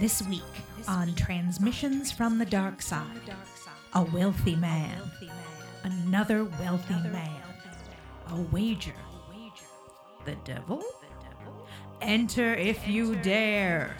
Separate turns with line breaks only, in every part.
This week on Transmissions from the Dark Side, a wealthy man, another wealthy man, a wager, the devil? Enter if you dare.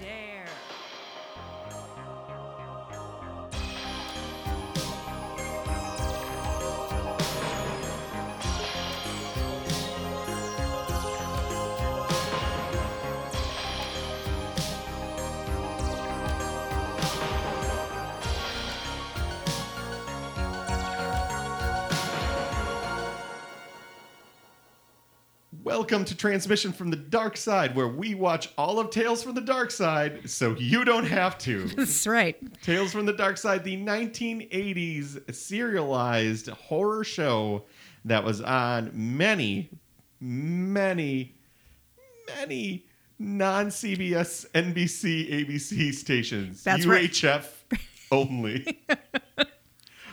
Welcome to Transmission from the Dark Side, where we watch all of Tales from the Dark Side so you don't have to.
That's right.
Tales from the Dark Side, the 1980s serialized horror show that was on many, many, many non CBS, NBC, ABC stations.
That's right.
UHF only.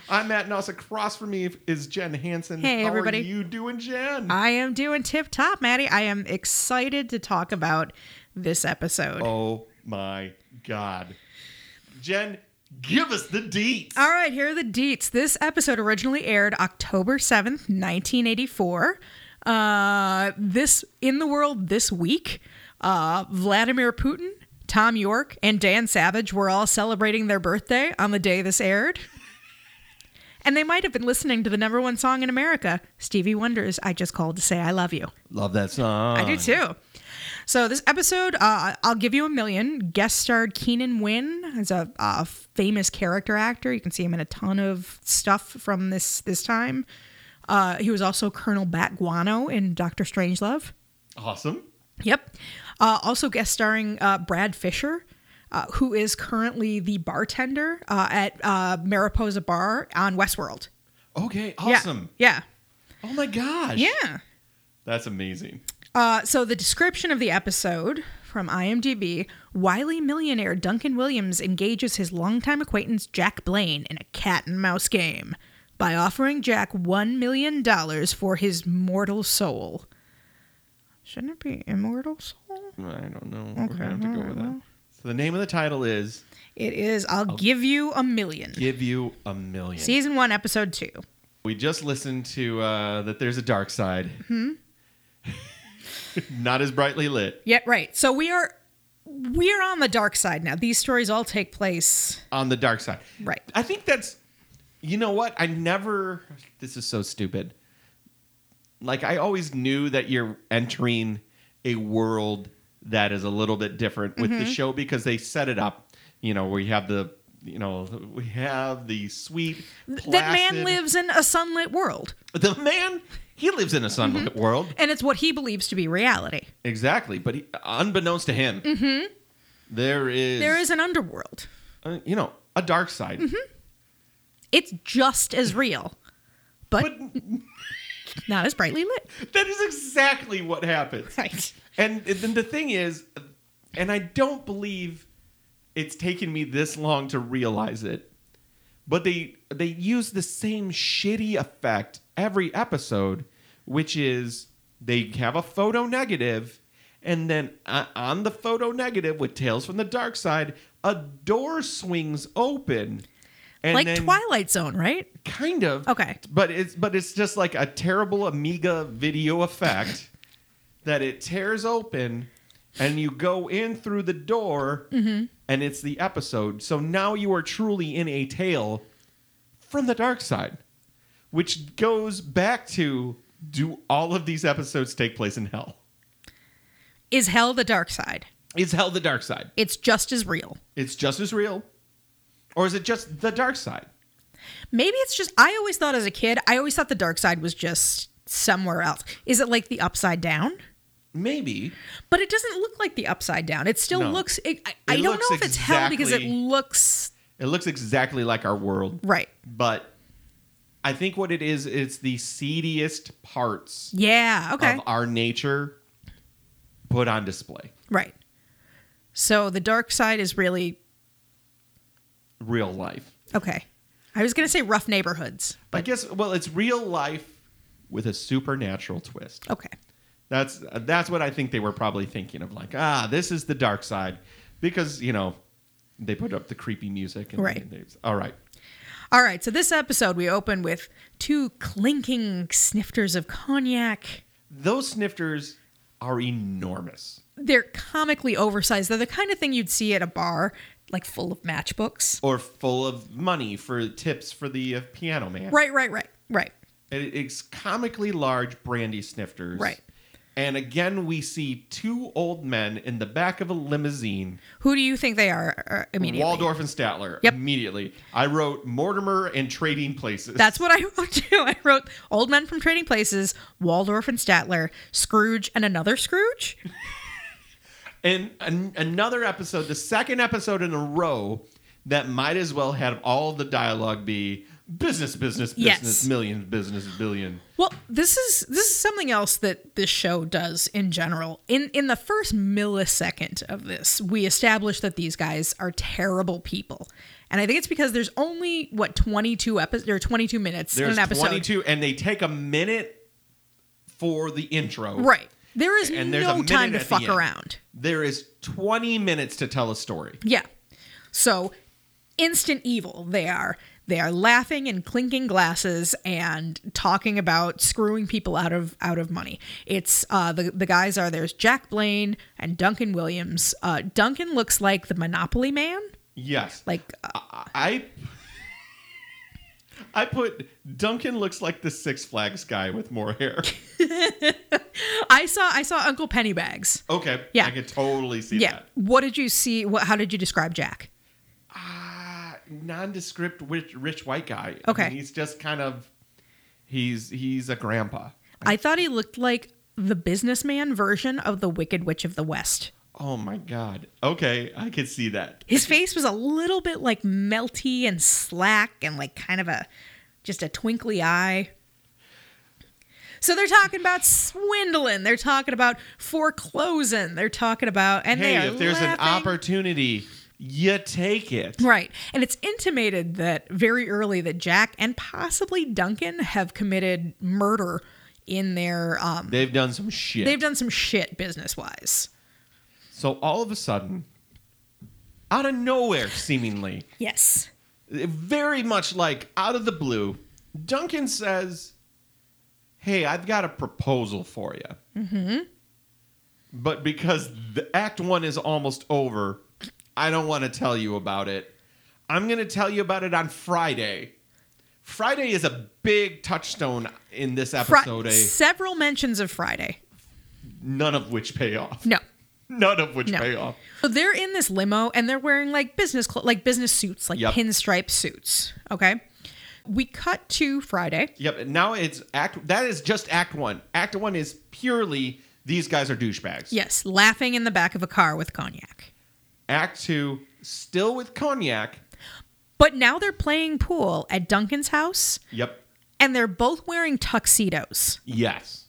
I'm Matt Noss. Across from me is Jen Hansen.
Hey,
How
everybody.
Are you doing, Jen?
I am doing tip top, Maddie. I am excited to talk about this episode.
Oh my God. Jen, give us the deets.
All right, here are the deets. This episode originally aired October 7th, 1984. Uh, this in the world this week, uh, Vladimir Putin, Tom York, and Dan Savage were all celebrating their birthday on the day this aired. And they might have been listening to the number one song in America, Stevie Wonder's I Just Called to Say I Love You.
Love that song.
I do too. So this episode, uh, I'll give you a million. Guest starred Keenan Wynn as a uh, famous character actor. You can see him in a ton of stuff from this this time. Uh, he was also Colonel Bat Guano in Doctor Strangelove.
Awesome.
Yep. Uh, also guest starring uh, Brad Fisher, uh, who is currently the bartender uh, at uh, Mariposa Bar on Westworld.
Okay,
Yeah.
awesome.
Yeah.
Oh my gosh.
Yeah.
That's amazing.
Uh, so the description of the episode from IMDb: Wily millionaire Duncan Williams engages his longtime acquaintance Jack Blaine in a cat and mouse game by offering Jack one million dollars for his mortal soul. Shouldn't it be immortal soul?
I don't know. We're going to have to go with that. So the name of the title is
It is. I'll give you a million.
Give You a Million.
Season one, episode two.
We just listened to uh, that there's a dark side.
Hmm?
Not as brightly lit
Yeah, right. So we are we are on the dark side now. These stories all take place
on the dark side.
right.
I think that's you know what? I never this is so stupid. Like I always knew that you're entering a world that is a little bit different with
Mm-hmm.
the show because they set it up, you know, we have the you know, we have the sweet
That man
placid-
lives in a sunlit world.
The man he lives in a sunlit
Mm-hmm.
world.
and it's what he believes to be reality.
Exactly, but he, unbeknownst to him, there
Mm-hmm.
is
There is Mm-hmm. an underworld.
uh, you know, a dark side.
It's just as real, but, not as brightly lit.
But that is exactly what happens.
Right.
And then the thing is, and I don't believe it's taken me this long to realize it, but they they use the same shitty effect every episode, which is they have a photo negative, and then uh, on the photo negative with Tales from the Dark Side, a door swings open. And
like
then-
Twilight Zone, right?
kind of
Okay.
but it's but it's just like a terrible amiga video effect that it tears open and you go in through the door and it's the episode so now you are truly in a tale from the dark side which goes back to do all of these episodes take place in hell
Is hell the dark side?
is hell the dark side
It's just as real.
it's just as real or is it just the dark side
Maybe it's just I always thought as a kid, I always thought the dark side was just somewhere else. Is it like the upside down?
maybe
But it doesn't look like the upside down. It still
No.
looks. It, I, I
It
don't
looks
know if it's hell because it
exactly-
looks
it looks exactly like our world
right.
but I think what it is, it's the seediest parts
Yeah. Okay.
of our nature put on display.
Right. So the dark side is really
Real life.
okay. I was gonna say rough neighborhoods.
I guess. Well, it's real life with a supernatural twist.
Okay.
That's that's what I think they were probably thinking of. Like, ah, this is the dark side, because you know, they put up the creepy music. And
Right.
They, they- all right.
All right, so this episode we open with two clinking snifters of cognac.
Those snifters are enormous.
They're comically oversized. They're the kind of thing you'd see at a bar, like full of matchbooks.
or full of money for tips for the uh, piano man.
Right, right, right, right.
It- it's comically large brandy snifters.
Right.
And again, we see two old men in the back of a limousine,
Who do you think they are uh, immediately?
Waldorf and Statler.
Yep.
Immediately, I wrote Mortimer and Trading Places.
That's what I wrote too. I wrote Old Men from Trading Places, Waldorf and Statler, Scrooge and another Scrooge.
and an- another episode, the second episode in a row, that might as well have all the dialogue be business, business,
Yes.
business, millions, business, billion.
Well, this is this is something else that this show does in general. In in the first millisecond of this, we establish that these guys are terrible people. And I think it's because there's only what 22 episodes or 22 minutes
There's
in an episode.
22, and they take a minute for the intro.
Right. There is
And there's a
no
minute
time to
at the
fuck
end.
around.
There is 20 minutes to tell a story.
Yeah. So instant evil they are. They are laughing and clinking glasses and talking about screwing people out of out of money. It's uh, the the guys are there's Jack Blaine and Duncan Williams. Uh, Duncan looks like the Monopoly man.
Yes.
Like uh,
I I put Duncan looks like the Six Flags guy with more hair.
I saw I saw Uncle Pennybags.
Okay.
Yeah.
I could totally see
Yeah.
that.
What did you see? What how did you describe Jack?
Ah, nondescript rich, rich white guy. I
Okay.
mean, he's just kind of he's he's a grandpa.
I thought he looked like the businessman version of the Wicked Witch of the West.
Oh my god. Okay, I could see that.
His face was a little bit like melty and slack and like kind of a just a twinkly eye. So they're talking about swindling. They're talking about foreclosing. They're talking about and they
Hey,
are
if there's an
laughing.
opportunity, you take it.
Right. And it's intimated that very early that Jack and possibly Duncan have committed murder in their um
They've done some shit.
they've done some shit business wise.
so all of a sudden, out of nowhere seemingly,
Yes.
very much like out of the blue, Duncan says, Hey, I've got a proposal for you. Mm-hmm. But because the act one is almost over, I don't want to tell you about it. I'm going to tell you about it on Friday. Friday is a big touchstone in this
Fri-
episode, a,
several mentions of Friday.
none of which pay off.
No.
None of which
No.
pay off.
So they're in this limo and they're wearing like business cl- like business suits, like
Yep.
pinstripe suits. Okay. We cut to Friday.
Yep. and Now it's act. That is just act one. Act one is purely these guys are douchebags.
Yes, laughing in the back of a car with cognac.
Act two, still with cognac.
But now they're playing pool at Duncan's house
Yep.
and they're both wearing tuxedos.
Yes.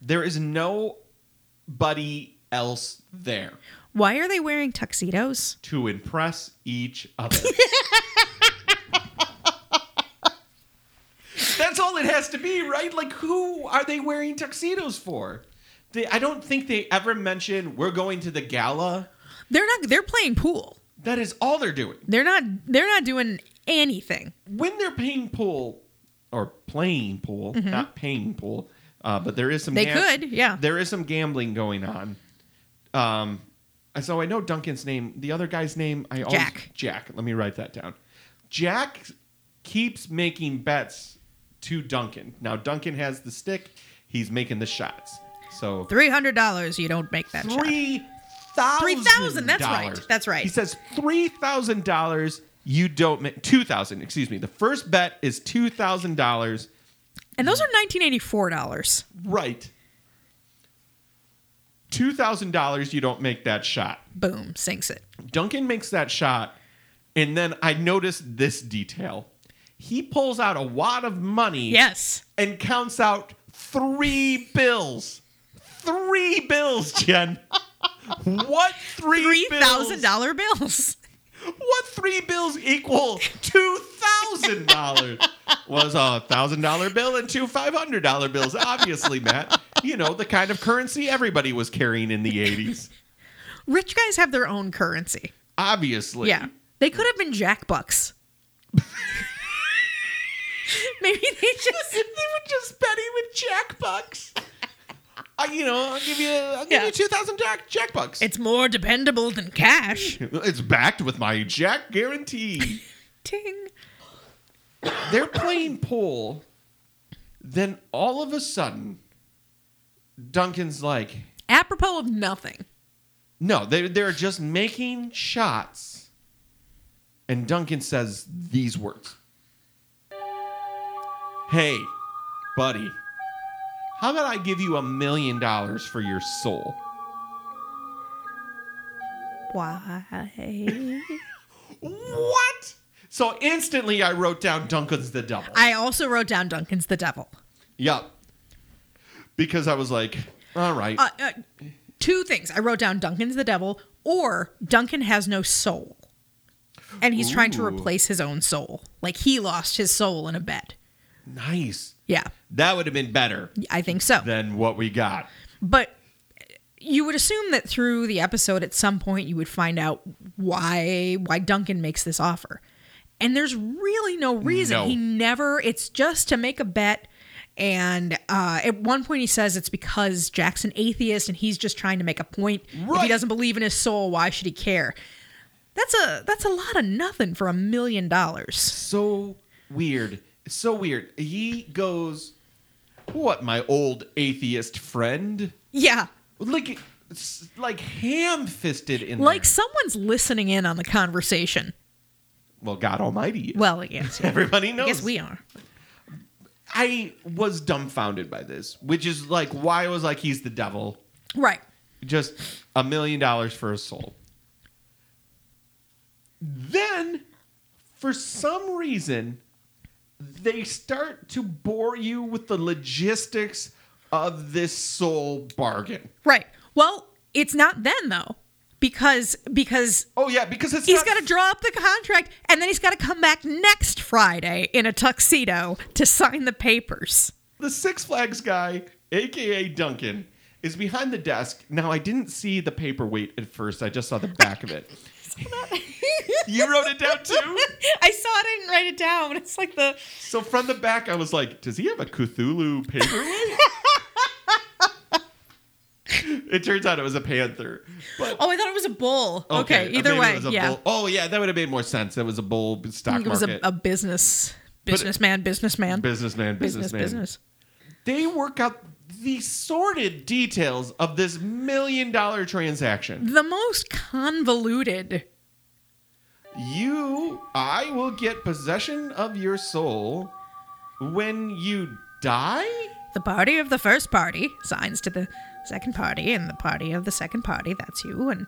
There is nobody else there
Why are they wearing tuxedos?
to impress each other. That's all it has to be, right? Like, who are they wearing tuxedos for? They, I don't think they ever mention we're going to the gala.
They're not they're playing pool.
That is all they're doing.
They're not they're not doing anything.
when they're paying pool or playing pool, not paying pool, uh, but there is some.
Mm-hmm. They could, yeah.
There is some gambling going on. Um, so I know Duncan's name. The other guy's name, I always
Jack.
Jack. Let me write that down. Jack keeps making bets to Duncan. Now Duncan has the stick. He's making the shots. So
$300 you don't make that shot.
three
$3,000,
thousand.
that's right, that's right.
He says three thousand dollars. You don't make two thousand. Excuse me. The first bet is two thousand dollars.
And those are $1984.
Right. Two thousand dollars. You don't make that shot.
Boom, sinks it.
Duncan makes that shot, and then I noticed this detail. He pulls out a wad of money.
Yes.
And counts out three bills. Three bills, Jen. what three bills?
$3,000 bills.
What three bills equal two thousand dollars? Was a thousand dollar bill and two five hundred dollar bills, obviously, Matt. You know, the kind of currency everybody was carrying in the eighties.
Rich guys have their own currency.
Obviously.
Yeah. They could have been Jack Bucks. Maybe they just.
they were just betting with jackbucks. I, you know, I'll give you, I'll give
Yeah.
you two thousand jack jackbucks.
It's more dependable than cash.
It's backed with my jack guarantee.
Ting.
They're playing pool. Then all of a sudden, Duncan's like,
Apropos of nothing.
"No, they they're just making shots." And Duncan says these words: "Hey, buddy, how about I give you a million dollars for your soul?"
Why?
What? So instantly I wrote down Duncan's the devil.
I also wrote down Duncan's the devil.
yep. Because I was like, all right.
Uh, uh, two things. I wrote down Duncan's the devil or Duncan has no soul. And he's trying to
Ooh.
replace his own soul. Like he lost his soul in a bet.
nice.
Yeah,
That would have been better
I think so.
than what we got.
But you would assume that through the episode at some point you would find out why why Duncan makes this offer. And there's really no reason.
No.
He never it's just to make a bet and uh, at one point he says it's because Jack's an atheist and he's just trying to make a point. If he
Right.
doesn't believe in his soul, why should he care? That's a that's a lot of nothing for a million dollars.
So weird. So weird. He goes, What, my old atheist friend?
Yeah.
Like s- like ham fisted in
Like
there.
someone's listening in on the conversation.
well God Almighty.
Well, yes. yeah.
Everybody knows.
I guess we are.
I was dumbfounded by this, which is like why I was like he's the devil.
Right.
just a million dollars for a soul. Then, for some reason, they start to bore you with the logistics of this soul bargain.
Right. Well, it's not then though, because because
Oh yeah, because it's
he's
not-
got to draw up the contract, and then he's got to come back next Friday in a tuxedo to sign the papers.
the Six Flags guy, aka Duncan, is behind the desk. Now I didn't see the paperweight at first; I just saw the back of it. You wrote it down too.
I saw it. I didn't write it down, but it's like the
So from the back, I was like, "Does he have a Cthulhu paperweight?" it turns out it was a panther. But
oh, I thought it was a bull. Oh, Okay,
uh,
either
maybe
way,
it was a
yeah,
bull- Oh yeah, that would have made more sense. It was a bull
I
stock
think it was a,
market.
a business businessman, businessman,
businessman,
business,
businessman.
business.
They work out the sordid details of this million dollar transaction.
The most convoluted.
You, I will get possession of your soul when you die.
The party of the first party signs to the second party, and the party of the second party, that's you. And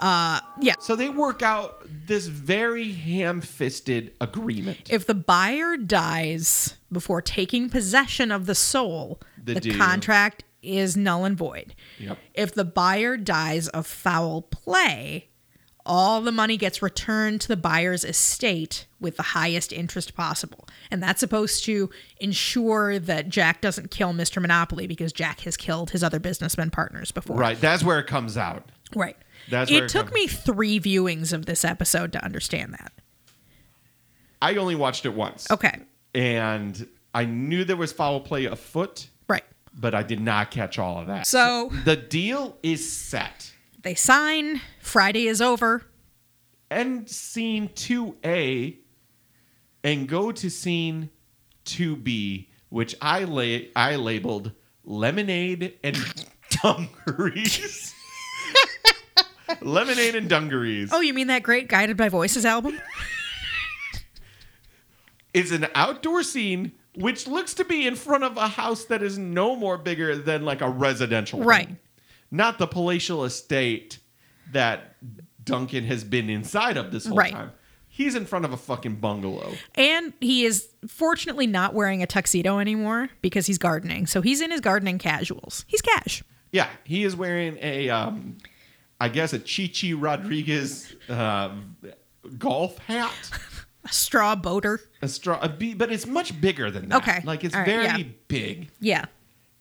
uh, yeah,
So they work out this very ham fisted agreement.
if the buyer dies before taking possession of the soul,
The
the
deal.
contract is null and void.
Yep.
If the buyer dies of foul play, all the money gets returned to the buyer's estate with the highest interest possible. And that's supposed to ensure that Jack doesn't kill Mr. Monopoly because Jack has killed his other businessmen partners before.
Right. That's where it comes out.
Right.
That's where
it
it
took
comes-
me three viewings of this episode to understand that.
I only watched it once.
Okay.
And I knew there was foul play afoot,
Right.
but I did not catch all of that.
So-
the deal is set.
They sign. Friday is over.
End scene 2A and go to scene 2B, which I la- I labeled lemonade and dungarees. lemonade and dungarees.
Oh, you mean that great Guided by Voices album?
is an outdoor scene which looks to be in front of a house that is no more bigger than like a residential home.
Right.
not the palatial estate that duncan has been inside of this whole
Right.
time he's in front of a fucking bungalow
And he is fortunately not wearing a tuxedo anymore because he's gardening. So he's in his gardening casuals. He's cash.
yeah he is wearing a um i guess a chichi rodriguez um golf hat
A straw boater.
a straw a bee, but it's much bigger than that
Okay.
like it's
All right,
very
yeah.
big
Yeah.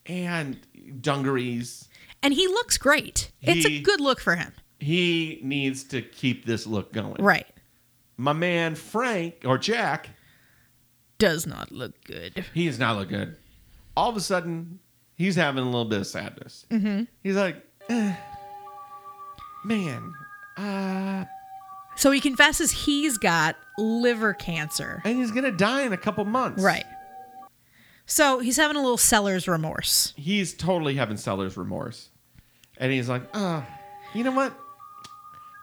and dungarees
And he looks great. it's a
He-
good look for him.
He needs to keep this look going.
Right.
My man Frank or Jack,
Does not look good.
he does not look good. All of a sudden, he's having a little bit of sadness. Mm-hmm. He's like, eh, man, uh,
So he confesses he's got liver cancer.
and he's gonna die in a couple months.
Right. So he's having a little seller's remorse.
He's totally having seller's remorse, and he's like, uh, you know what?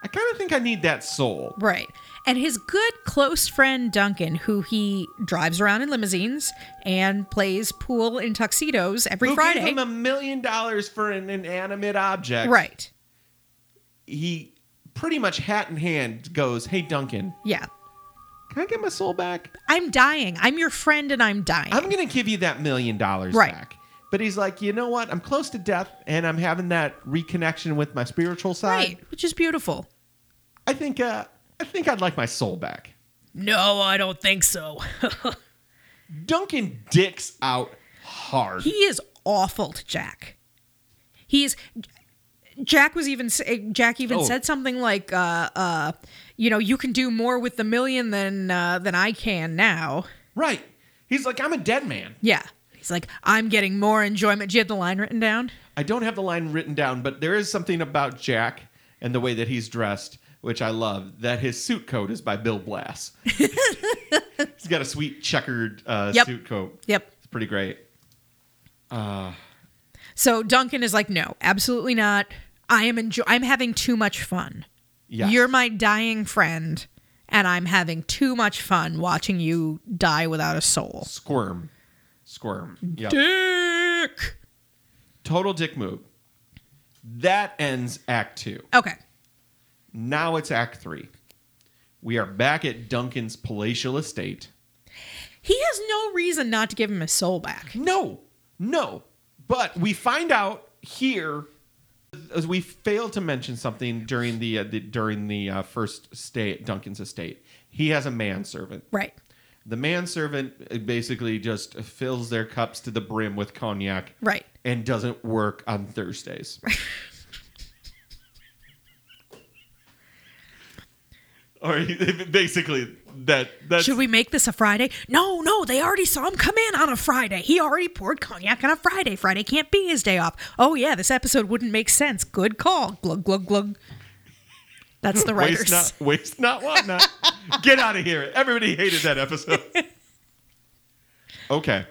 I kind of think I need that soul.
Right. And his good close friend Duncan, who he drives around in limousines and plays pool in tuxedos every
Who
Friday.
gave him a million dollars for an inanimate object?
right.
He pretty much hat in hand goes, "Hey Duncan,
Yeah.
can I get my soul back?
I'm dying. I'm your friend and I'm dying.
I'm gonna give you that million dollars
Right.
back." But he's like, "You know what? I'm close to death, and I'm having that reconnection with my spiritual side.
right. Which is beautiful.
I think, uh, I think I'd like my soul back."
No, I don't think so.
Duncan dicks out hard.
he is awful to Jack. He's Jack was even eh, Jack even
Oh.
said something like, uh, uh, you know, you can do more with the million than uh, than I can now.
right? He's like, "I'm a dead man."
Yeah, he's like, I'm getting more enjoyment. Do you have the line written down?
I don't have the line written down, but there is something about Jack and the way that he's dressed, which I love. That his suit coat is by Bill Blass. he's got a sweet checkered uh,
Yep.
suit coat.
Yep.
It's pretty great.
So Duncan is like, no, absolutely not. I am enjoy. I'm having too much fun.
Yeah,
You're my dying friend, and I'm having too much fun watching you die without a soul.
squirm, squirm. Yep.
Dick.
Total dick move. That ends Act Two.
Okay.
Now it's Act Three. We are back at Duncan's palatial estate.
He has no reason not to give him his soul back.
No, no. But we find out here as we failed to mention something during the, uh, the during the uh, first stay at Duncan's estate. He has a manservant.
Right.
The manservant uh, basically just fills their cups to the brim with cognac
Right.
and doesn't work on Thursdays. or he- basically that that's
Should we make this a Friday? No, no, they already saw him come in on a Friday. He already poured cognac on a Friday. Friday can't be his day off. Oh, yeah, this episode wouldn't make sense. Good call. Glug, glug, glug. That's the
Waste
writers.
not, waste not, want not. Get out of here. Everybody hated that episode. Okay.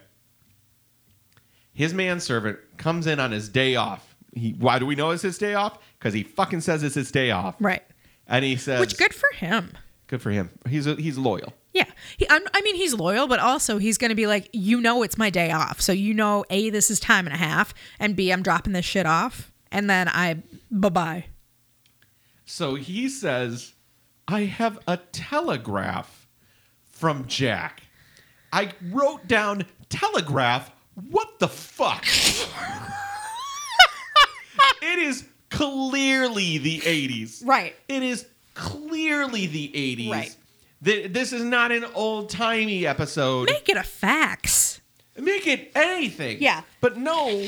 His manservant comes in on his day off. He, why do we know it's his day off? Because he fucking says it's his day off.
Right.
And he says,
Which, good for him.
Good for him. He's, a, he's loyal.
Yeah. He, I'm, I mean, he's loyal, but also he's going to be like, you know, it's my day off. So, you know, A, this is time and a half, and B, I'm dropping this shit off. And then I, bye bye.
So he says, I have a telegraph from Jack. I wrote down telegraph. What the fuck? it is clearly the 80s.
Right.
It is clearly the 80s.
Right.
Th- This is not an old timey episode.
Make it a fax.
Make it anything.
Yeah.
But no,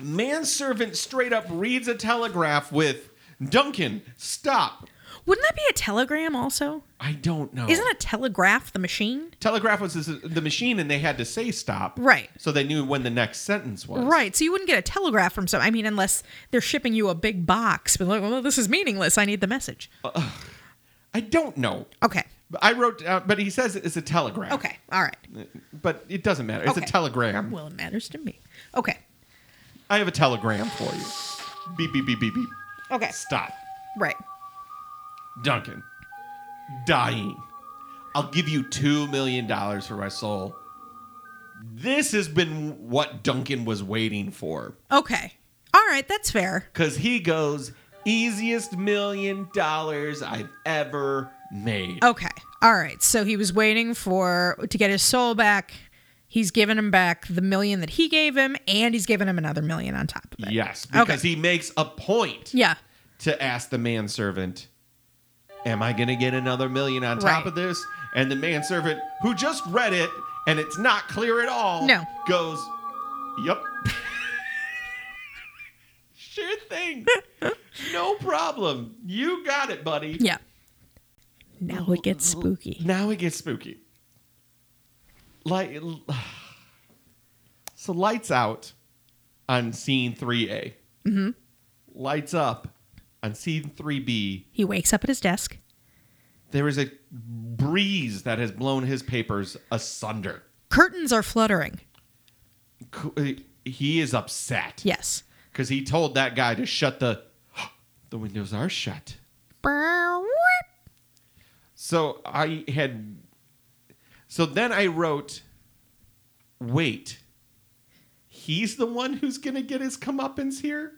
manservant straight up reads a telegraph with Duncan, stop.
Wouldn't that be a telegram also?
I don't know.
Isn't a telegraph the machine?
telegraph was this, the machine, and they had to say stop,
Right.
So they knew when the next sentence was.
Right. So you wouldn't get a telegraph from some. I mean, unless they're shipping you a big box. But like, well, this is meaningless. I need the message.
I don't know.
Okay.
But I wrote, uh, but he says it's a telegraph.
Okay. All right.
But it doesn't matter. It's
Okay.
a telegram.
Well, it matters to me. Okay.
I have a telegram for you. Beep beep beep beep beep.
Okay.
Stop,
Right.
Duncan. Dying. I'll give you two million dollars for my soul. This has been what Duncan was waiting for.
Okay. All right. That's fair.
Because he goes, easiest million dollars I've ever made.
Okay. All right. So he was waiting for to get his soul back. He's given him back the million that he gave him, and he's given him another million on top of it.
Yes,
Okay.
because he makes a point
Yeah.
to ask the manservant, Am I going to get another million on top
Right.
of this? And the manservant, who just read it and it's not clear at all,
No.
goes, Yep. sure thing. No problem. You got it, buddy.
Yeah. Now it gets spooky.
Now it gets spooky. Like so, lights out on scene three A. Lights up on scene three B.
He wakes up at his desk.
There is a breeze that has blown his papers asunder.
Curtains are fluttering.
C- He is upset
Yes.
because he told that guy to shut the. The windows are shut. So I had. So then I wrote, wait, he's the one who's going to get his comeuppance here?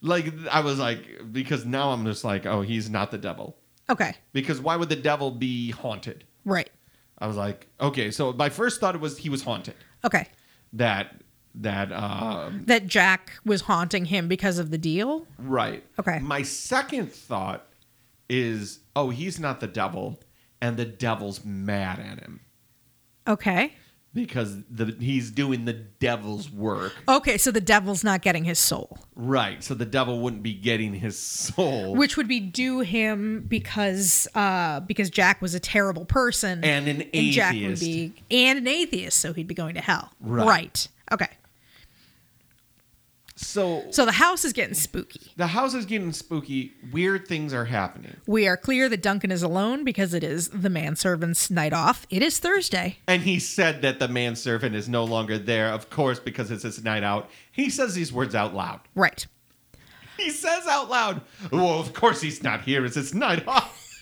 like, I was like, because now I'm just like, oh, he's not the devil.
Okay.
Because why would the devil be haunted?
Right.
I was like, okay, so my first thought was he was haunted.
Okay.
That, that, um,
That Jack was haunting him because of the deal.
Right.
Okay.
My second thought is, oh, he's not the devil, and the devil's mad at him
Okay.
because the he's doing the devil's work.
Okay, so the devil's not getting his soul,
Right. So the devil wouldn't be getting his soul
which would be due him because uh because Jack was a terrible person
and an
and Jack would
atheist.
be and an atheist, so he'd be going to hell.
Right.
right. Okay.
so
So the house is getting spooky.
the house is getting spooky. Weird things are happening,
We are clear that Duncan is alone because it is the manservant's night off. It is Thursday.
and he said that the manservant is no longer there. Of course, because it's his night out. He says these words out loud.
Right.
He says out loud, "Well, of course he's not here. It's his night off."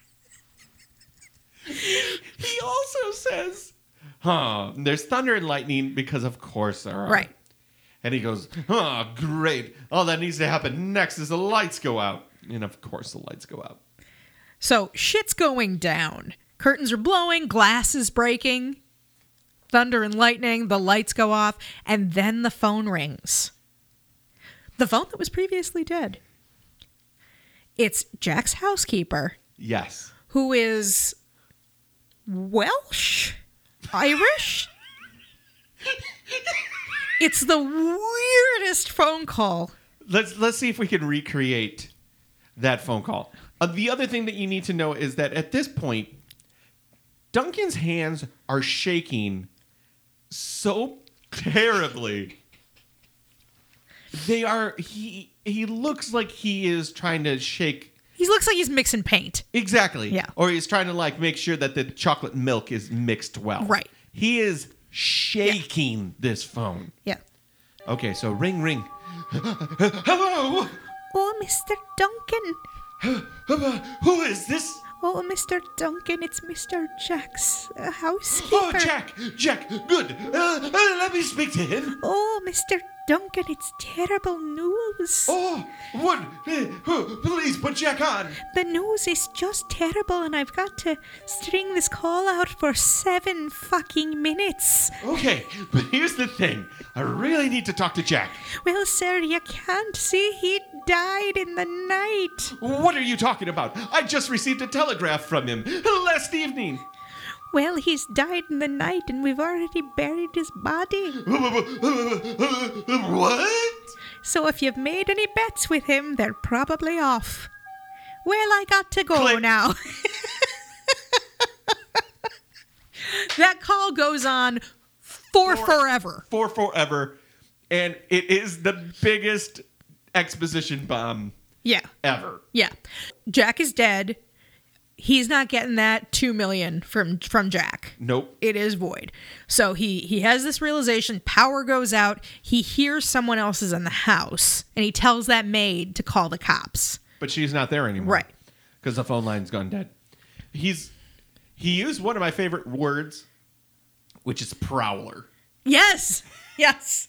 he also says, "Huh? There's thunder and lightning because, of course, there are."
Right.
And he goes, "Oh, great! All that needs to happen next is the lights go out." And of course, the lights go out.
So shit's going down. Curtains are blowing, glass is breaking, thunder and lightning, the lights go off, and then the phone rings. The phone that was previously dead. It's Jack's housekeeper,
Yes.
who is Welsh? Irish? it's the weirdest phone call.
Let's let's see if we can recreate that phone call. Uh, the other thing that you need to know is that at this point, Duncan's hands are shaking so terribly. They are he he looks like he is trying to shake
He looks like he's mixing paint.
exactly.
Yeah.
Or he's trying to like make sure that the chocolate milk is mixed well.
Right.
He is shaking this phone.
Yeah.
Okay, so ring ring. Hello.
Oh, Mr. Duncan.
Who is this?
Oh, Mr. Duncan, it's Mr. Jack's uh, housekeeper.
Oh, Jack! Jack! Good! Uh, uh, let me speak to him!
Oh, Mr. Duncan, it's terrible news.
Oh, what? Uh, who- please put Jack on!
The news is just terrible, and I've got to string this call out for seven fucking minutes.
Okay, but here's the thing I really need to talk to Jack.
Well, sir, you can't see he died in the night.
What are you talking about? I just received a telegraph from him last evening.
Well, he's died in the night, and we've already buried his body.
What?
So if you've made any bets with him, they're probably off. Well, I got to go
Click.
now. that call goes on for forever.
For forever. And it is the biggest exposition bomb
Yeah,
ever.
yeah. Jack is dead. He's not getting that two million from from Jack.
Nope.
It is void. So he he has this realization. Power goes out. He hears someone else is in the house, and he tells that maid to call the cops.
but she's not there anymore.
Right.
Because the phone line's gone dead. He's he used one of my favorite words, which is prowler.
Yes. Yes.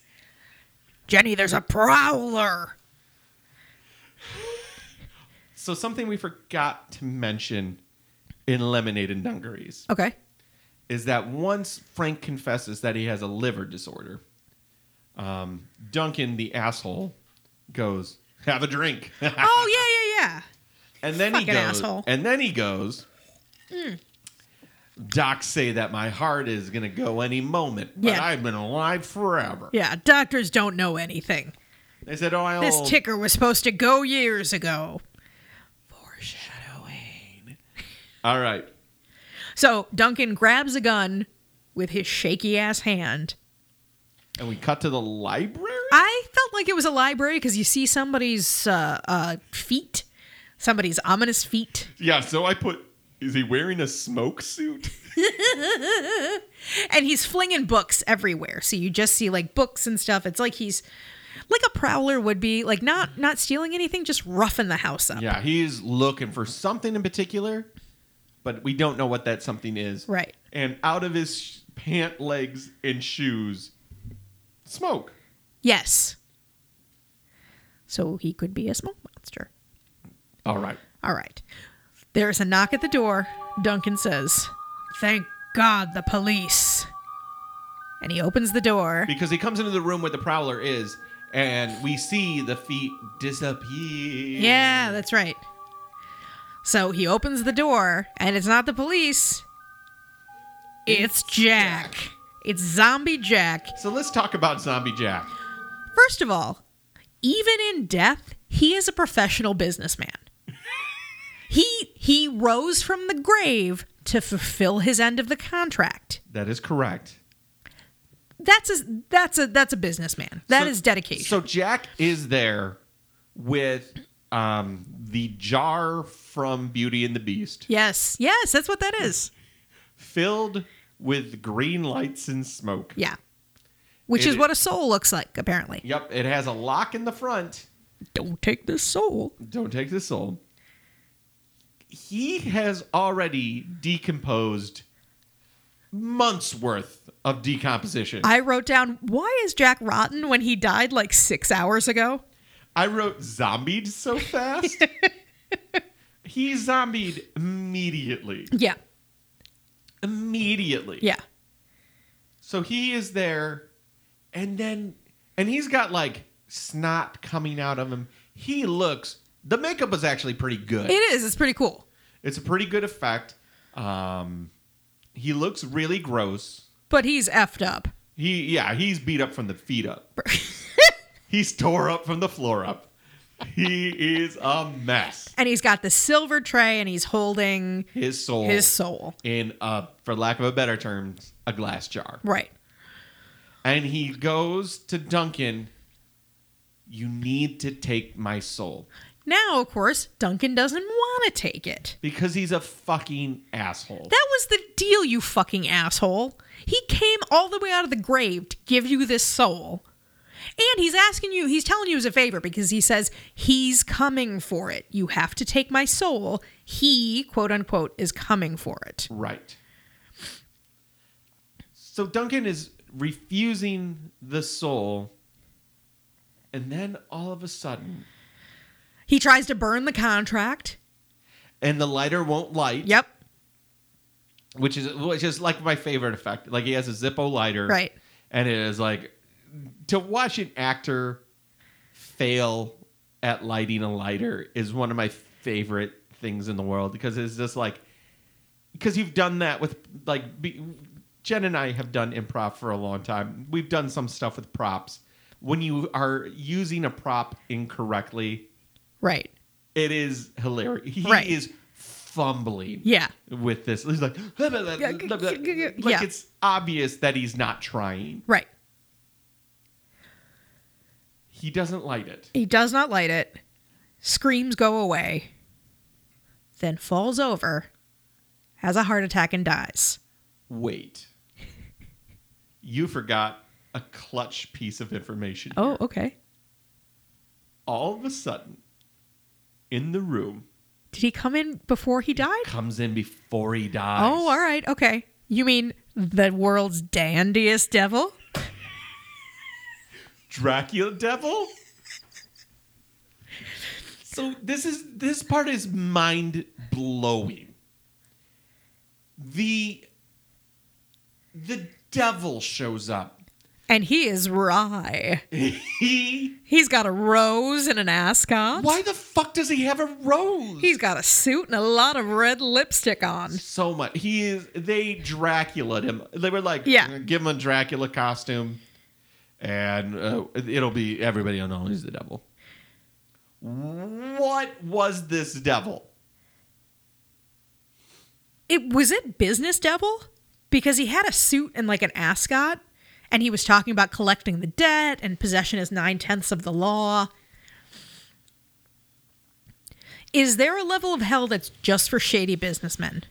Jenny, there's a prowler.
So something we forgot to mention in Lemonade and Dungarees
Okay.
is that once Frank confesses that he has a liver disorder, um, Duncan the asshole goes, "Have a drink."
Oh yeah, yeah, yeah.
And then he
Fucking
goes.
asshole.
And then he goes. Docs say that my heart is gonna go any moment, but
Yeah.
I've been alive forever.
Yeah, doctors don't know anything.
They said, "Oh, I'll
This ticker was supposed to go years ago.
foreshadowing." All right.
So Duncan grabs a gun with his shaky ass hand.
And we cut to the library?
I felt like it was a library because you see somebody's uh, uh, feet, somebody's ominous feet.
Yeah, so I put is he wearing a smoke suit?
and he's flinging books everywhere so you just see like books and stuff it's like he's like a prowler would be like not not stealing anything just roughing the house up
Yeah, he's looking for something in particular, but we don't know what that something is.
right
And out of his sh- pant legs and shoes, smoke.
yes so he could be a smoke monster
All right.
all right there's a knock at the door duncan says thank god the police and he opens the door
Because he comes into the room where the prowler is and we see the feet disappear.
Yeah, that's right. So he opens the door, and it's not the police. It's Jack. It's zombie Jack.
So let's talk about Zombie Jack.
First of all, even in death, he is a professional businessman. he he rose from the grave to fulfill his end of the contract.
That is correct.
That's a that's a that's a businessman. That is
So-
dedication.
So Jack is there with um, the jar from Beauty and the Beast,
yes, yes, that's what that is.
filled with green lights and smoke.
Yeah. Which
It
is
is-
what a soul looks like, apparently.
Yep, it has a lock in the front.
Don't take this soul.
Don't take this soul. He has already decomposed months worth of decomposition. I,
I wrote down, why is Jack rotten when he died like six hours ago?
wrote zombied so fast. he zombied immediately.
Yeah.
Immediately.
Yeah.
So he is there, and then and he's got like snot coming out of him. He looks the makeup was actually pretty good.
It is. It's pretty cool.
It's a pretty good effect. Um he looks really gross.
But he's effed up.
He yeah, he's beat up from the feet up. he's tore up from the floor up. He is a mess.
And he's got the silver tray and he's holding
His soul
his soul.
in uh for lack of a better term, a glass jar.
Right.
And he goes to Duncan, you need to take my soul.
Now, of course, Duncan doesn't want to take it.
Because he's a fucking asshole.
That was the deal, you fucking asshole. He came all the way out of the grave to give you this soul. And he's asking you, he's telling you as a favor because he says, he's coming for it. You have to take my soul. He, quote unquote, is coming for it.
right. So Duncan is refusing the soul. And then all of a sudden,
He tries to burn the contract.
and the lighter won't light,
Yep.
which is which is like my favorite effect. Like he has a Zippo lighter,
Right.
And it is like to watch an actor fail at lighting a lighter is one of my favorite things in the world because it's just like because you've done that with like be, Jen and I have done improv for a long time. We've done some stuff with props. When you are using a prop incorrectly,
Right.
it is hilarious. He
Right.
is fumbling
Yeah.
with this. He's like, like
yeah.
it's obvious that he's not trying.
Right.
He doesn't light it.
He does not light it, screams, go away, then falls over, has a heart attack, and dies.
Wait. You forgot a clutch piece of information.
Oh, okay.
All of a sudden, in the room,
Did he come in before he died?
comes in before he dies.
Oh, all right. Okay. You mean the world's dandiest devil?
Dracula Devil? so this is this part is mind blowing. The the devil shows up.
And he is wry.
He
He's got a rose and an ascot.
why the fuck does he have a rose?
He's got a suit and a lot of red lipstick on.
so much. He is. They Draculaed him. They were like,
Yeah.
give him a Dracula costume, and uh, it'll be everybody will know he's the devil. What was this devil?
It was it business devil because he had a suit and like an ascot, and he was talking about collecting the debt and possession is nine tenths of the law. Is there a level of hell that's just for shady businessmen?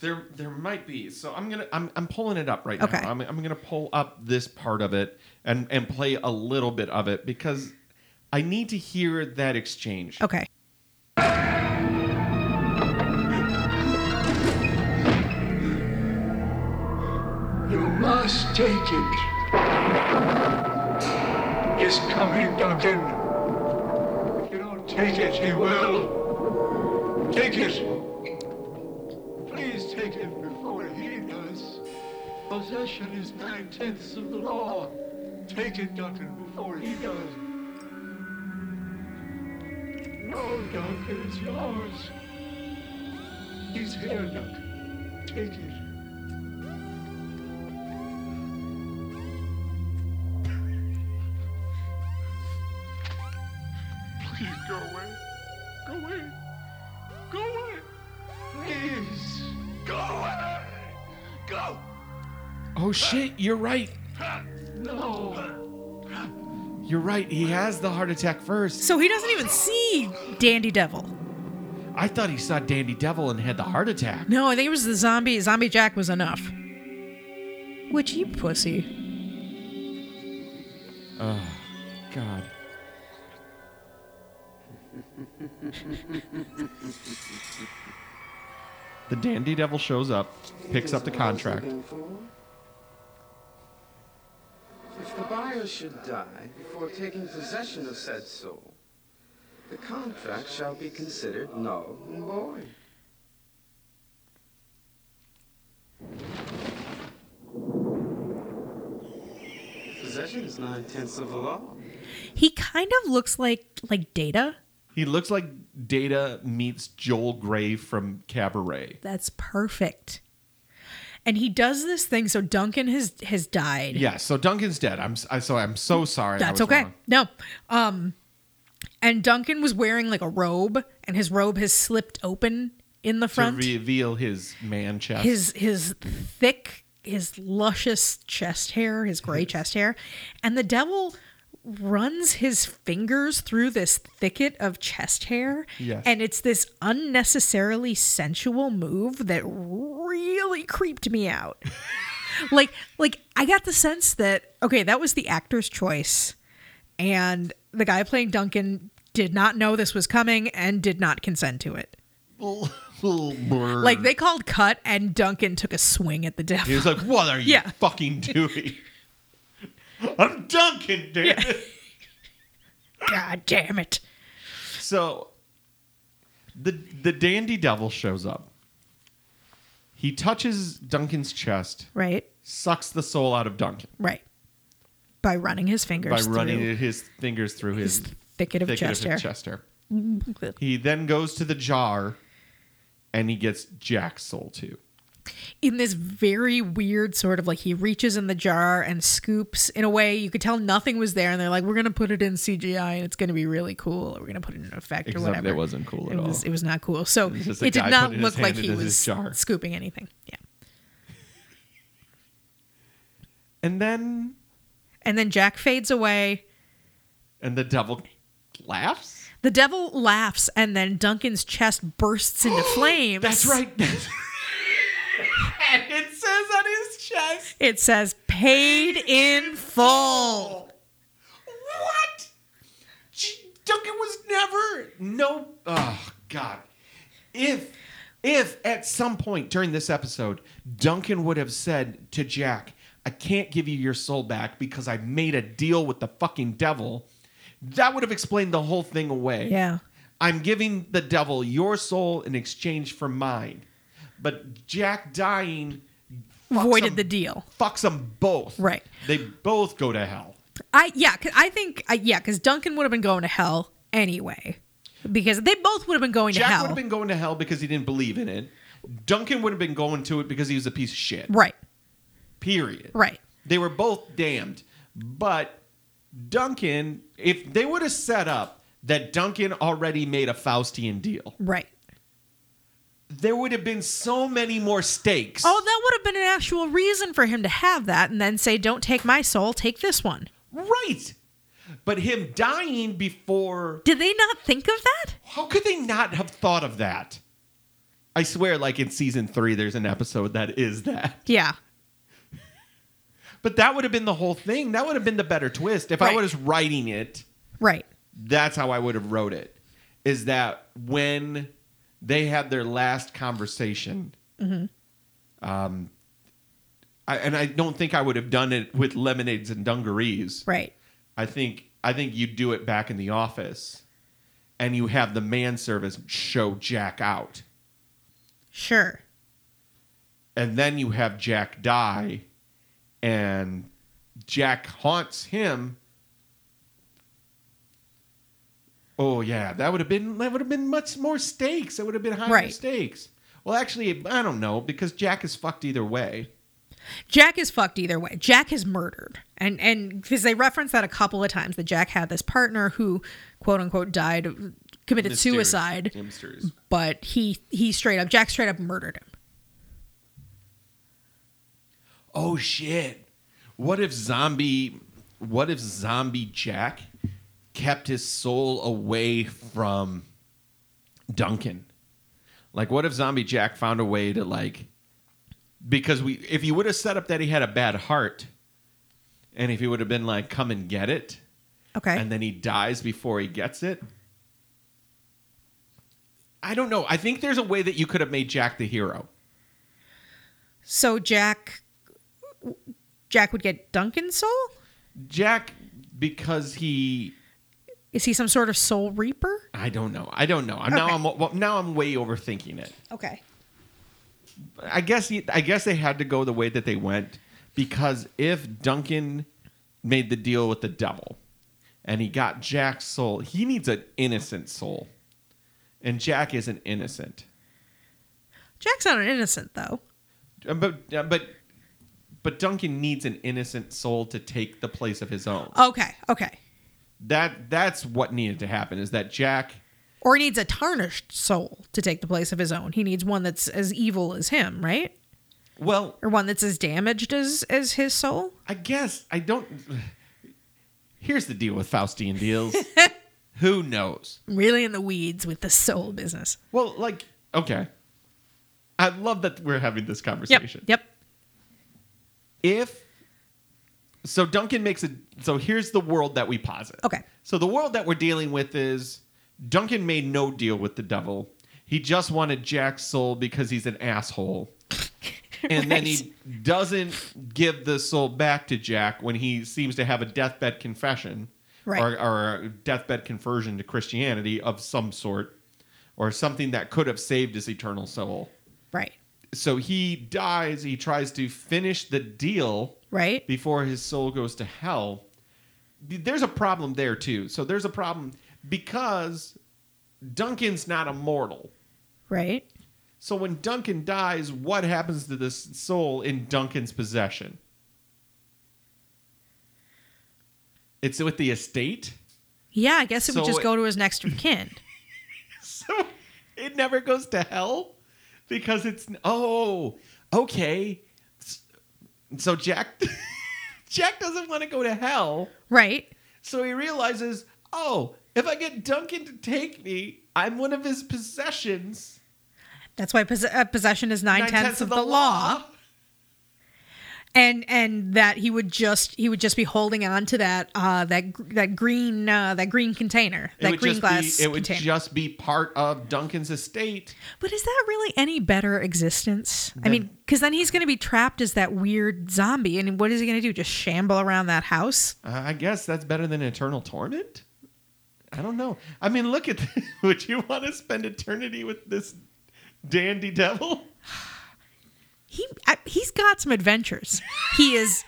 There, there might be. So I'm gonna, I'm, I'm pulling it up right
Okay.
now. I'm, I'm gonna pull up this part of it and and play a little bit of it because I need to hear that exchange.
Okay.
You must take it. He's coming, Duncan. If you don't take it, he will. Take it. Please take it before he does. Possession is nine tenths of the law. Take it, Duncan, before he does. No, Duncan, it's yours. He's here, Duncan. Take it. Please go away. Go away. Go away. Please. Go away. Go.
Oh shit! You're right.
No.
You're right. He has the heart attack first.
So he doesn't even see Dandy Devil.
I thought he saw Dandy Devil and had the heart attack.
No, I think it was the zombie. Zombie Jack was enough. Which you pussy.
God. the dandy devil shows up, picks up the contract.
If the buyer should die before taking possession of said soul, the contract shall be considered null and void. Possession is nine tenths of the law.
He kind of looks like like Data.
He looks like Data meets Joel Gray from Cabaret.
That's perfect. And he does this thing. So Duncan has has died.
Yeah, so Duncan's dead. I'm s- I, so I'm so sorry. I
That's
was
okay.
wrong.
No. Um and Duncan was wearing like a robe and his robe has slipped open in the
To
front.
reveal his man chest.
his his thick his luscious chest hair, his gray chest hair, and the devil runs his fingers through this thicket of chest hair
Yes.
and it's this unnecessarily sensual move that really creeped me out. like like I got the sense that okay, that was the actor's choice and the guy playing Duncan did not know this was coming and did not consent to it. Like
like
they called cut and Duncan took a swing at the devil.
Mm. He was like, "What are you
Yeah.
fucking doing?" I'm Duncan, dude.
God damn it.
So the the dandy devil shows up. He touches Duncan's chest,
Right?
sucks the soul out of Duncan
Right. By running his fingers
by running
through
his fingers through his,
his thicket of
thicket
chest
of
hair.
his chest hair. He then goes to the jar and he gets Jack's soul too.
In this very weird sort of like he reaches in the jar and scoops in a way you could tell nothing was there and they're like, We're gonna put it in CGI and it's gonna be really cool or we're gonna put it in effect
Except
or whatever.
it wasn't cool at
it was
all.
it was not cool. So
was just a
it did
guy
not
putting his
look
hand
like he
into his
was
jar.
scooping anything. Yeah.
And then
And then Jack fades away.
and the devil laughs.
The devil laughs and then Duncan's chest bursts into flames.
That's right. and it says on his chest.
It says paid in full.
What? She, Duncan was never no. Oh God. If if at some point during this episode Duncan would have said to Jack, "I can't give you your soul back because I made a deal with the fucking devil," that would have explained the whole thing away.
Yeah.
I'm giving the devil your soul in exchange for mine. But Jack dying fucks
Voided
them-
the deal.
Fucks them both.
Right.
They both go to hell.
I yeah, 'cause I think I, yeah, cuz Duncan would have been going to hell anyway. Because they both would have been going
Jack
to
would
hell.
have been going to hell because he didn't believe in it. Duncan would have been going to it because he was a piece of shit.
right.
Period.
Right.
They were both damned. But Duncan, if they would have set up that Duncan already made a Faustian deal,
Right.
there would have been so many more stakes.
Oh, that would have been an actual reason for him to have that and then say, don't take my soul, take this one.
Right. But him dying before.
Did they not think of that?
How could they not have thought of that? I swear, like in season three, there's an episode that is that.
Yeah.
But that would have been the whole thing. That would have been the better twist. If I
Right.
was writing it,
Right.
that's how I would have wrote it. Is that when they had their last conversation?
Mm-hmm.
Um, I, and I don't think I would have done it with lemonades and dungarees.
Right.
I think I think you do it back in the office, and you have the manservice show Jack out,
Sure.
and then you have Jack die, and Jack haunts him. Oh yeah, that would have been that would have been much more stakes. That would have been higher
Right.
stakes. Well, actually, I don't know because Jack is fucked either way.
Jack is fucked either way. Jack is murdered. And and because they reference that a couple of times that Jack had this partner who quote unquote died committed
Mysterious.
suicide,
Yeah, mysterious.
but he he straight up Jack straight up murdered him.
oh shit what if zombie what if zombie jack kept his soul away from duncan like what if zombie jack found a way to like because we if you would have set up that he had a bad heart and if he would have been like come and get it
Okay.
and then he dies before he gets it i don't know i think there's a way that you could have made jack the hero
so Jack Jack would get Duncan's soul?
jack because he
Is he some sort of soul reaper?
I don't know. I don't know. I'm now
Okay.
I'm well, now I'm way overthinking it.
Okay.
I guess he- I guess they had to go the way that they went because if Duncan made the deal with the devil and he got Jack's soul, he needs an innocent soul, and Jack isn't innocent.
Jack's not an innocent though.
Uh, But uh, but but Duncan needs an innocent soul to take the place of his own.
Okay. Okay.
That that's what needed to happen. Is that Jack?
Or he needs a tarnished soul to take the place of his own. He needs one that's as evil as him, right?
Well,
Or one that's as damaged as as his soul.
I guess I don't. Here's the deal with Faustian deals. Who knows?
I'm really in the weeds with the soul business.
Well, like, okay. I love that we're having this
Yep.
conversation.
Yep.
If so, Duncan makes a so here's the world that we posit.
Okay.
So the world that we're dealing with is Duncan made no deal with the devil. He just wanted Jack's soul because he's an asshole. And then he doesn't give the soul back to Jack when he seems to have a deathbed confession
Right.
or, or a deathbed conversion to Christianity of some sort or something that could have saved his eternal soul.
Right.
So he dies, he tries to finish the deal
Right.
before his soul goes to hell. There's a problem there too. So there's a problem because Duncan's not immortal.
Right.
So when Duncan dies, what happens to this soul in Duncan's possession? It's with the estate.
Yeah, I guess it would
So
just
it-
go to his next of kin.
So it never goes to hell because it's oh, okay. S- So Jack Jack doesn't want to go to hell.
right.
So he realizes, oh, if I get Duncan to take me, I'm one of his possessions.
That's why pos- uh, possession is nine tenths of the, law. and and that he would just he would just be holding on to that uh that gr- that green uh, that green container
It
that
would
green
just
glass
be, it would
container.
just be part of Duncan's estate.
but is that really any better existence? I mean, because then he's going to be trapped as that weird zombie, and what is he going to do? Just shamble around that house?
Uh, I guess that's better than eternal torment. I don't know. I mean, look at this. Would you want to spend eternity with this dandy devil?
He I, he's got some adventures. he is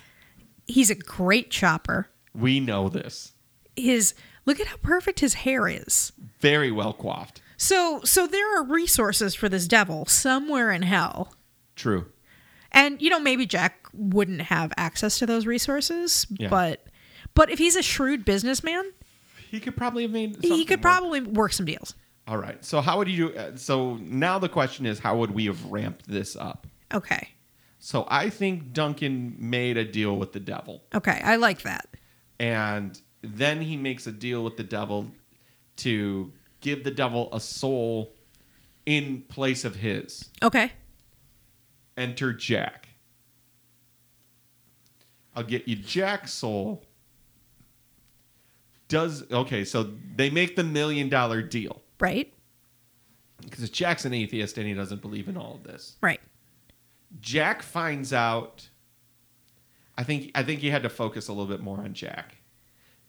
he's a great chopper.
We know this.
His look at how perfect his hair is.
Very well coiffed.
So so there are resources for this devil somewhere in hell.
True.
And you know, maybe Jack wouldn't have access to those resources,
Yeah.
but But if he's a shrewd businessman,
He could probably have made.
he
something
could
work.
probably work some deals.
All right. So how would you? uh, So now the question is, how would we have ramped this up?
Okay.
So I think Duncan made a deal with the devil,
Okay. I like that.
and then he makes a deal with the devil to give the devil a soul in place of his.
Okay.
Enter Jack. I'll get you Jack's soul. Does okay? So they make the million dollar deal
Right.
because Jack's an atheist and he doesn't believe in all of this.
Right.
Jack finds out. I think I think he had to focus a little bit more on Jack.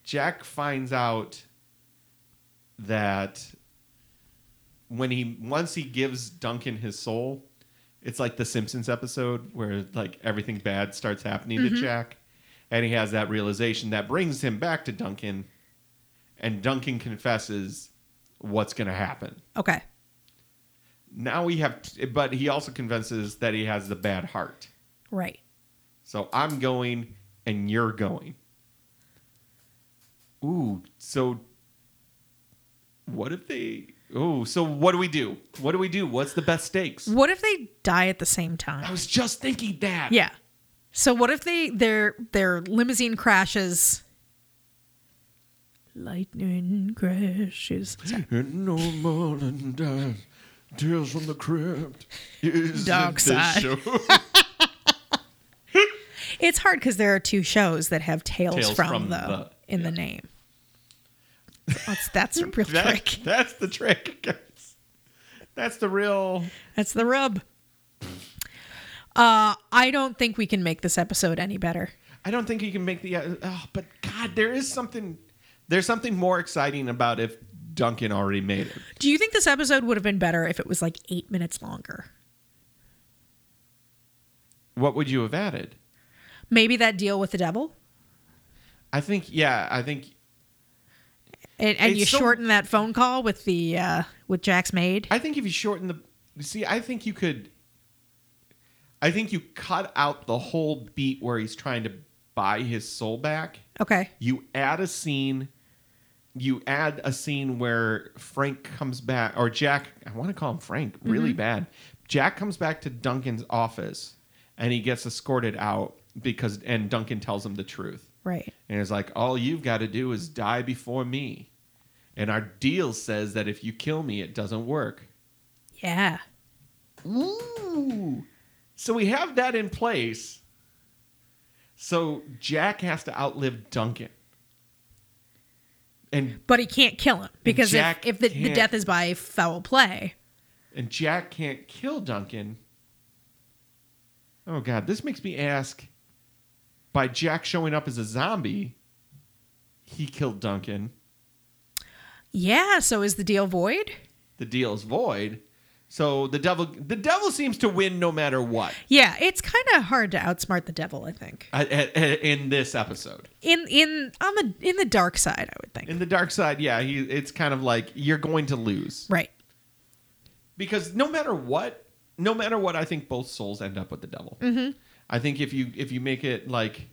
Jack finds out that when he once he gives Duncan his soul, it's like the Simpsons episode where like everything bad starts happening to Jack, and he has that realization that brings him back to Duncan, and Duncan confesses what's going to happen
Okay.
now we have but he also convinces that he has the bad heart
Right.
so i'm going and you're going ooh so what if they ooh so what do we do what do we do what's the best stakes
What if they die at the same
i
time?
was just thinking that
Yeah. So what if they their their limousine crashes? Lightning crashes. Sorry.
and no more than that tales from the crypt is
Dark
this
side.
show.
It's hard because there are two shows that have tales,
Tales
from,
from
though
the-
in the
yeah.
name. That's, that's a real
That-
trick.
that's the trick guys that's the real
That's the rub. Uh, I don't think we can make this episode any better.
I don't think you can make the. Uh, oh, but God, there is something. There's something more exciting about if Duncan already made it.
Do you think this episode would have been better if it was like eight minutes longer?
What would you have added?
Maybe that deal with the devil,
I think. Yeah, I think.
and, and
It's
you
so-
shorten that phone call with the uh, with Jack's maid.
I think if you shorten the. See, I think you could. I think you cut out the whole beat where he's trying to buy his soul back.
Okay,
You add a scene. You add a scene where Frank comes back, or Jack, I want to call him Frank really bad. Jack comes back to Duncan's office and he gets escorted out because, and Duncan tells him the truth.
right.
And it's like, all you've got to do is die before me. And our deal says that if you kill me, it doesn't work.
Yeah,
Ooh. So we have that in place. So Jack has to outlive Duncan. And
but he can't kill him because if,
Jack
if the, the
can't-
death is by foul play,
and Jack can't kill Duncan. Oh god, this makes me ask by Jack showing up as a zombie, he killed Duncan.
yeah. So is the deal void?
The deal is void. So the devil the devil seems to win no matter what
Yeah, it's kind of hard to outsmart the devil. I think
uh, uh, uh, in this episode.
in in on the in the dark side, I would think.
In the dark side, yeah, he it's kind of like you're going to lose.
right.
because no matter what no matter what i think both souls end up with the devil i think if you if you make it like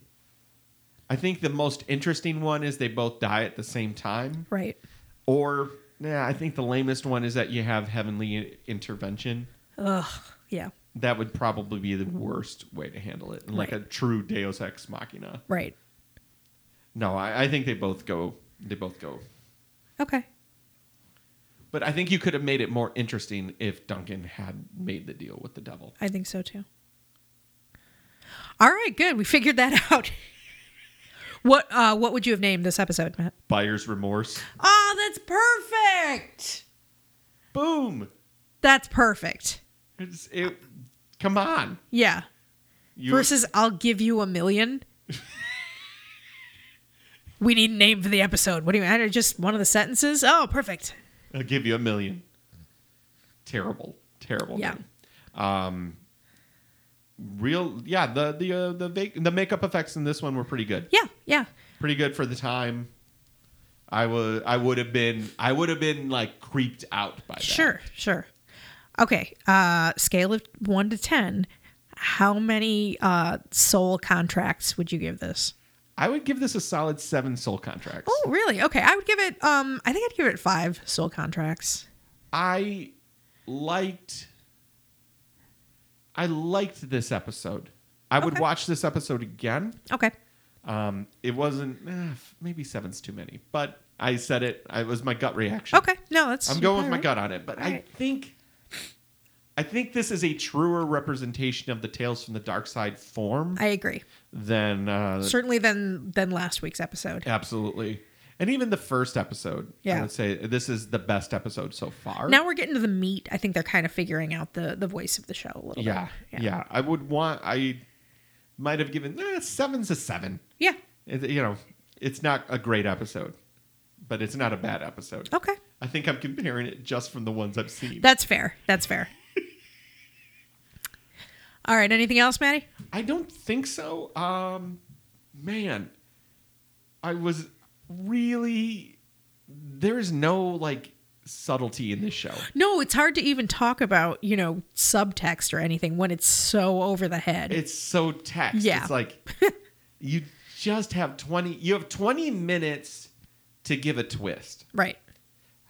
i think the most interesting one is they both die at the same time
Right.
or yeah i think the lamest one is that you have heavenly intervention
Ugh. Yeah.
that would probably be the worst way to handle it like a true deus ex machina
Right.
no I, I think they both go they both go
Okay.
but i think you could have made it more interesting if duncan had made the deal with the devil
I think so too. All right, good. We figured that out. what uh what would you have named this episode, Matt?
buyer's remorse
Oh, that's perfect.
boom
That's perfect.
It's, it, come on.
Yeah.
You,
Versus I'll give you a million. we need a name for the episode. What do you mean? Just one of the sentences? Oh, perfect.
I'll give you a million. Terrible, terrible.
Yeah.
name. Um. Real, yeah. The the uh, the vac- the makeup effects in this one were pretty good.
Yeah, yeah.
Pretty good for the time. I would I would have been I would have been like creeped out by that.
Sure, sure. Okay. Uh scale of one to ten. How many uh soul contracts would you give this?
I would give this a solid seven soul contracts.
Oh, really? Okay. I would give it um I think I'd give it 5 soul contracts.
I liked I liked this episode. I would
Okay.
watch this episode again.
Okay.
Um, it wasn't eh, maybe seven's too many, but I said it. I- It was my gut reaction.
Okay. No, that's
I'm going with
all
my
right.
gut on it, but I
Alright.
think I think this is a truer representation of the Tales from the Dark Side form
I agree.
than uh,
Certainly than than last week's episode.
absolutely, and even the first episode. I
Yeah.
would say this is the best episode so far.
Now we're getting to the meat. I think they're kind of figuring out the the voice of the show a little
yeah, yeah,
bit.
I would want. I might have given eh, seven's a seven.
Yeah.
It- you know, it's not a great episode, but it's not a bad episode.
Yeah. Okay.
I think I'm comparing it just from the ones I've seen.
That's fair. That's fair. All right. Anything else, Maddie?
I don't think so. Um, man, I was really. There is no like subtlety in this show.
No, it's hard to even talk about, you know, subtext or anything when it's so over the head.
It's so text.
Yeah.
It's like you just have 20 you have 20 minutes to give a twist.
right.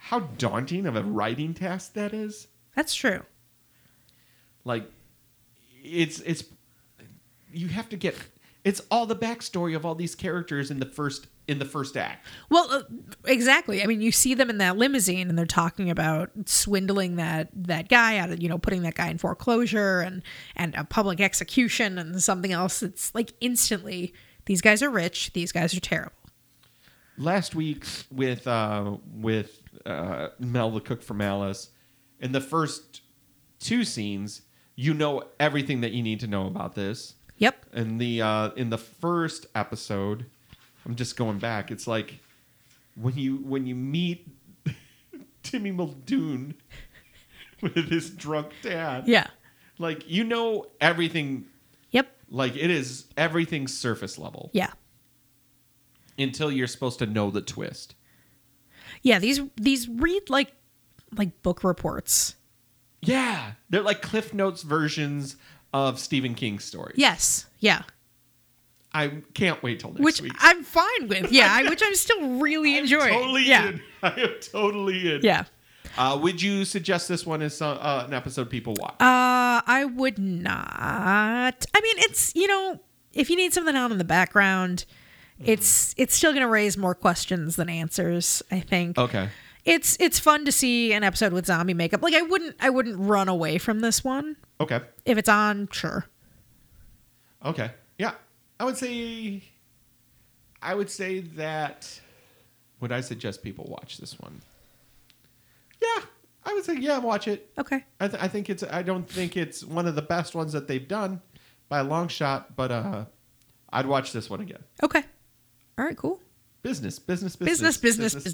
How daunting of a writing task that is.
That's true.
Like it's it's you have to get it's all the backstory of all these characters in the first in the first act.
Well, uh, exactly. I mean, you see them in that limousine and they're talking about swindling that that guy out of, you know, putting that guy in foreclosure and and a public execution and something else that's like instantly these guys are rich, these guys are terrible.
last week with uh, with uh, Mel the cook from Alice, in the first two scenes, you know everything that you need to know about this.
Yep.
In the uh, in the first episode, I'm just going back. It's like when you when you meet Timmy Muldoon with his drunk dad.
Yeah.
Like you know everything.
Yep.
Like it is everything surface level
Yeah.
until you're supposed to know the twist.
Yeah, these these read like like book reports.
Yeah, they're like Cliff Notes versions of Stephen King stories.
Yes. Yeah.
I can't wait till next
which
week.
I'm fine with. Yeah, I, which I'm still really enjoying.
totally
yeah.
in. I am totally in.
Yeah.
Uh, would you suggest this one is some, uh, an episode people watch?
Uh, I would not. I mean, it's you know, if you need something out in the background, it's it's still gonna raise more questions than answers. I think.
okay.
It's it's fun to see an episode with zombie makeup. Like I wouldn't I wouldn't run away from this one
Okay.
if it's on. Sure.
Okay. Yeah. I would say. I would say that. Would I suggest people watch this one? Yeah, I would say yeah, watch it.
Okay.
I, th- I think it's. I don't think it's one of the best ones that they've done by a long shot, but uh, I'd watch this one again.
Okay. All right. Cool.
Business, business, business,
Business, business, business.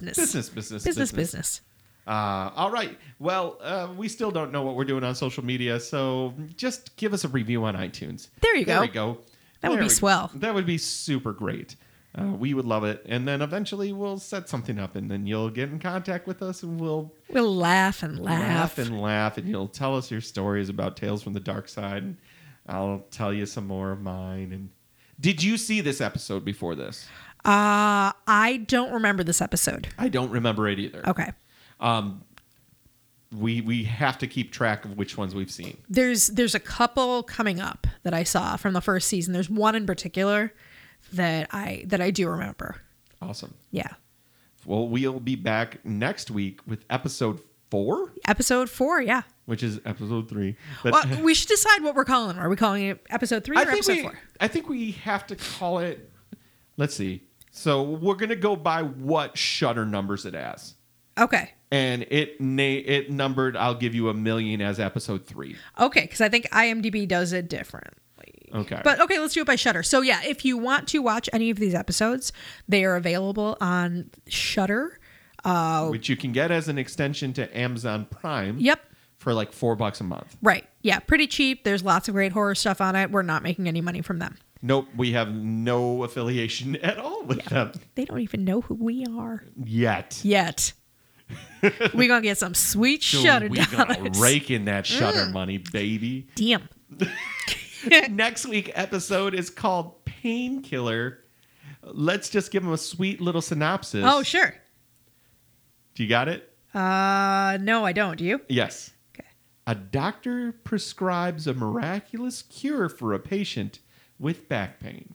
business, business,
Business. Business.
Uh, all right. Well, uh, we still don't know what we're doing on social media, so just give us a review on iTunes.
There you
There
go.
we go.
That would
There
be
we-
swell.
That would be super great. Uh, we would love it, and then eventually we'll set something up, and then you'll get in contact with us, and we'll
We'll laugh and
laugh
laugh.
and laugh, and you'll tell us your stories about Tales from the Dark Side, and I'll tell you some more of mine. And did you see this episode before this?
uh, I don't remember this episode.
I don't remember it either.
Okay.
we we have to keep track of which ones we've seen.
there's there's a couple coming up that I saw from the first season. There's one in particular that I that I do remember.
Awesome.
Yeah.
Well, we'll be back next week with episode four,
Episode four, yeah.
which is episode three. But
Well, we should decide what we're calling. it. Are we calling it episode three
I
or
think
episode
we
four?
I think we have to call it. Let's see. So we're gonna go by what shutter numbers it has,
Okay,
and it na- it numbered. I'll give you a million as episode three.
okay, because I think IMDb does it differently.
Okay.
But okay, let's do it by Shutter. So yeah, if you want to watch any of these episodes, they are available on Shutter.
which you can get as an extension to Amazon Prime.
Yep.
For like four bucks a month.
Right. Yeah, pretty cheap. There's lots of great horror stuff on it. We're not making any money from them.
Nope, we have no affiliation at all with them
They don't even know who we are.
yet.
yet. we gonna get some sweet
So
shutter
we gonna
dollars.
rake in that shutter
Mm.
money, baby.
Damn.
Next week episode is called Painkiller, Let's just give them a sweet little synopsis.
Oh, sure.
Do you got it?
Uh, no, I don't. Do you?
Yes.
Okay.
A doctor prescribes a miraculous cure for a patient with back pain.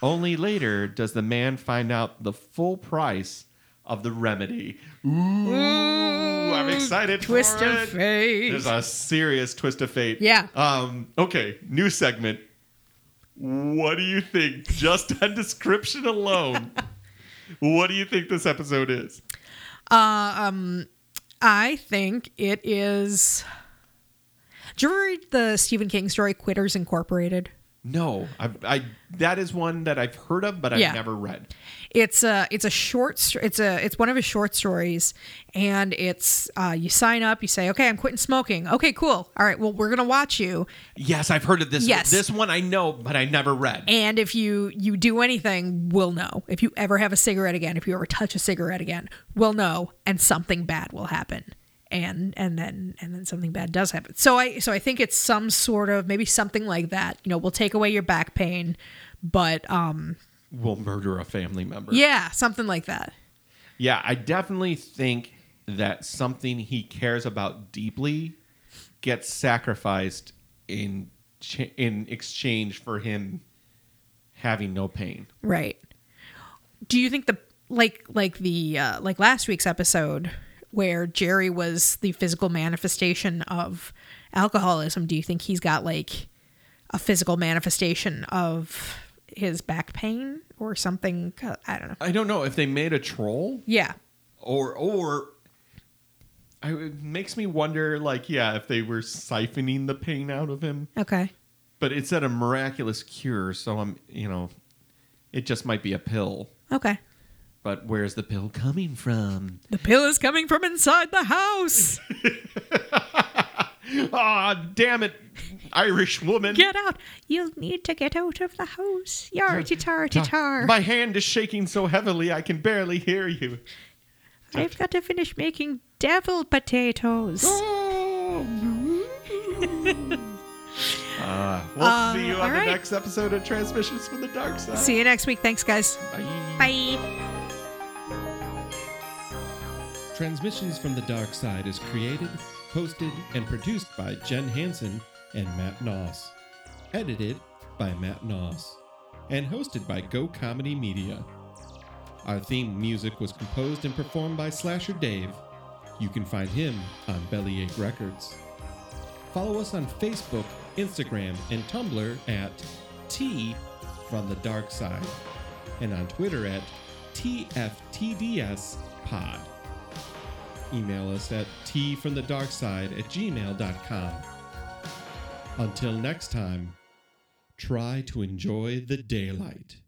Only later does the man find out the full price of the remedy. Ooh, I'm excited
Mm, Twist
for
of
it. There's
fate.
a serious twist of fate.
Yeah.
Um, okay, new segment. What do you think, just on description alone, what do you think this episode is?
I think it is. Did you ever read the Stephen King story Quitters Incorporated?
No, I, I that is one that I've heard of, but I've
Yeah.
never read.
It's a it's a short st- it's a it's one of his short stories, and it's uh, you sign up, you say, okay, I'm quitting smoking. Okay, cool. All right, well, we're gonna watch you,
Yes, I've heard of this.
Yes.
this one I know, but I never read.
and if you you do anything, we'll know. If you ever have a cigarette again, if you ever touch a cigarette again, we'll know, and something bad will happen. And and then and then something bad does happen. So I so I think it's some sort of maybe something like that. You know, we'll take away your back pain, but um
We'll murder a family member.
yeah, something like that.
Yeah, I definitely think that something he cares about deeply gets sacrificed in ch- in exchange for him having no pain.
Right. Do you think the like like the uh, like last week's episode where Jerry was the physical manifestation of alcoholism? Do you think he's got like a physical manifestation of his back pain or something? Uh, I don't know.
I don't know if they made a troll
Yeah.
or or I, it makes me wonder like yeah, if they were siphoning the pain out of him.
Okay.
But it said a miraculous cure, so I'm, you know, it just might be a pill.
Okay.
But where's the pill coming from?
The pill is coming from inside the house.
Ah, damn it, Irish woman.
Get out. You'll need to get out of the house. Yarty tarty
Ah,
tar.
My hand is shaking so heavily I can barely hear you.
I've got to finish making devil potatoes.
Oh, Ah, we'll see you
all
on
right.
the next episode of Transmissions from the Dark Side.
Uh, See you next week. Thanks, guys.
Bye.
Bye.
Transmissions from the Dark Side is created, hosted, and produced by Jen Hansen and Matt Noss. Edited by Matt Noss. And hosted by Go Comedy Media. Our theme music was composed and performed by Slasher Dave. You can find him on Bellyache Records. Follow us on Facebook, Instagram, and Tumblr at T from the Dark Side, and on Twitter at TFTDS Pod email us at tfromthedarkside at gmail.com. Until next time, try to enjoy the daylight.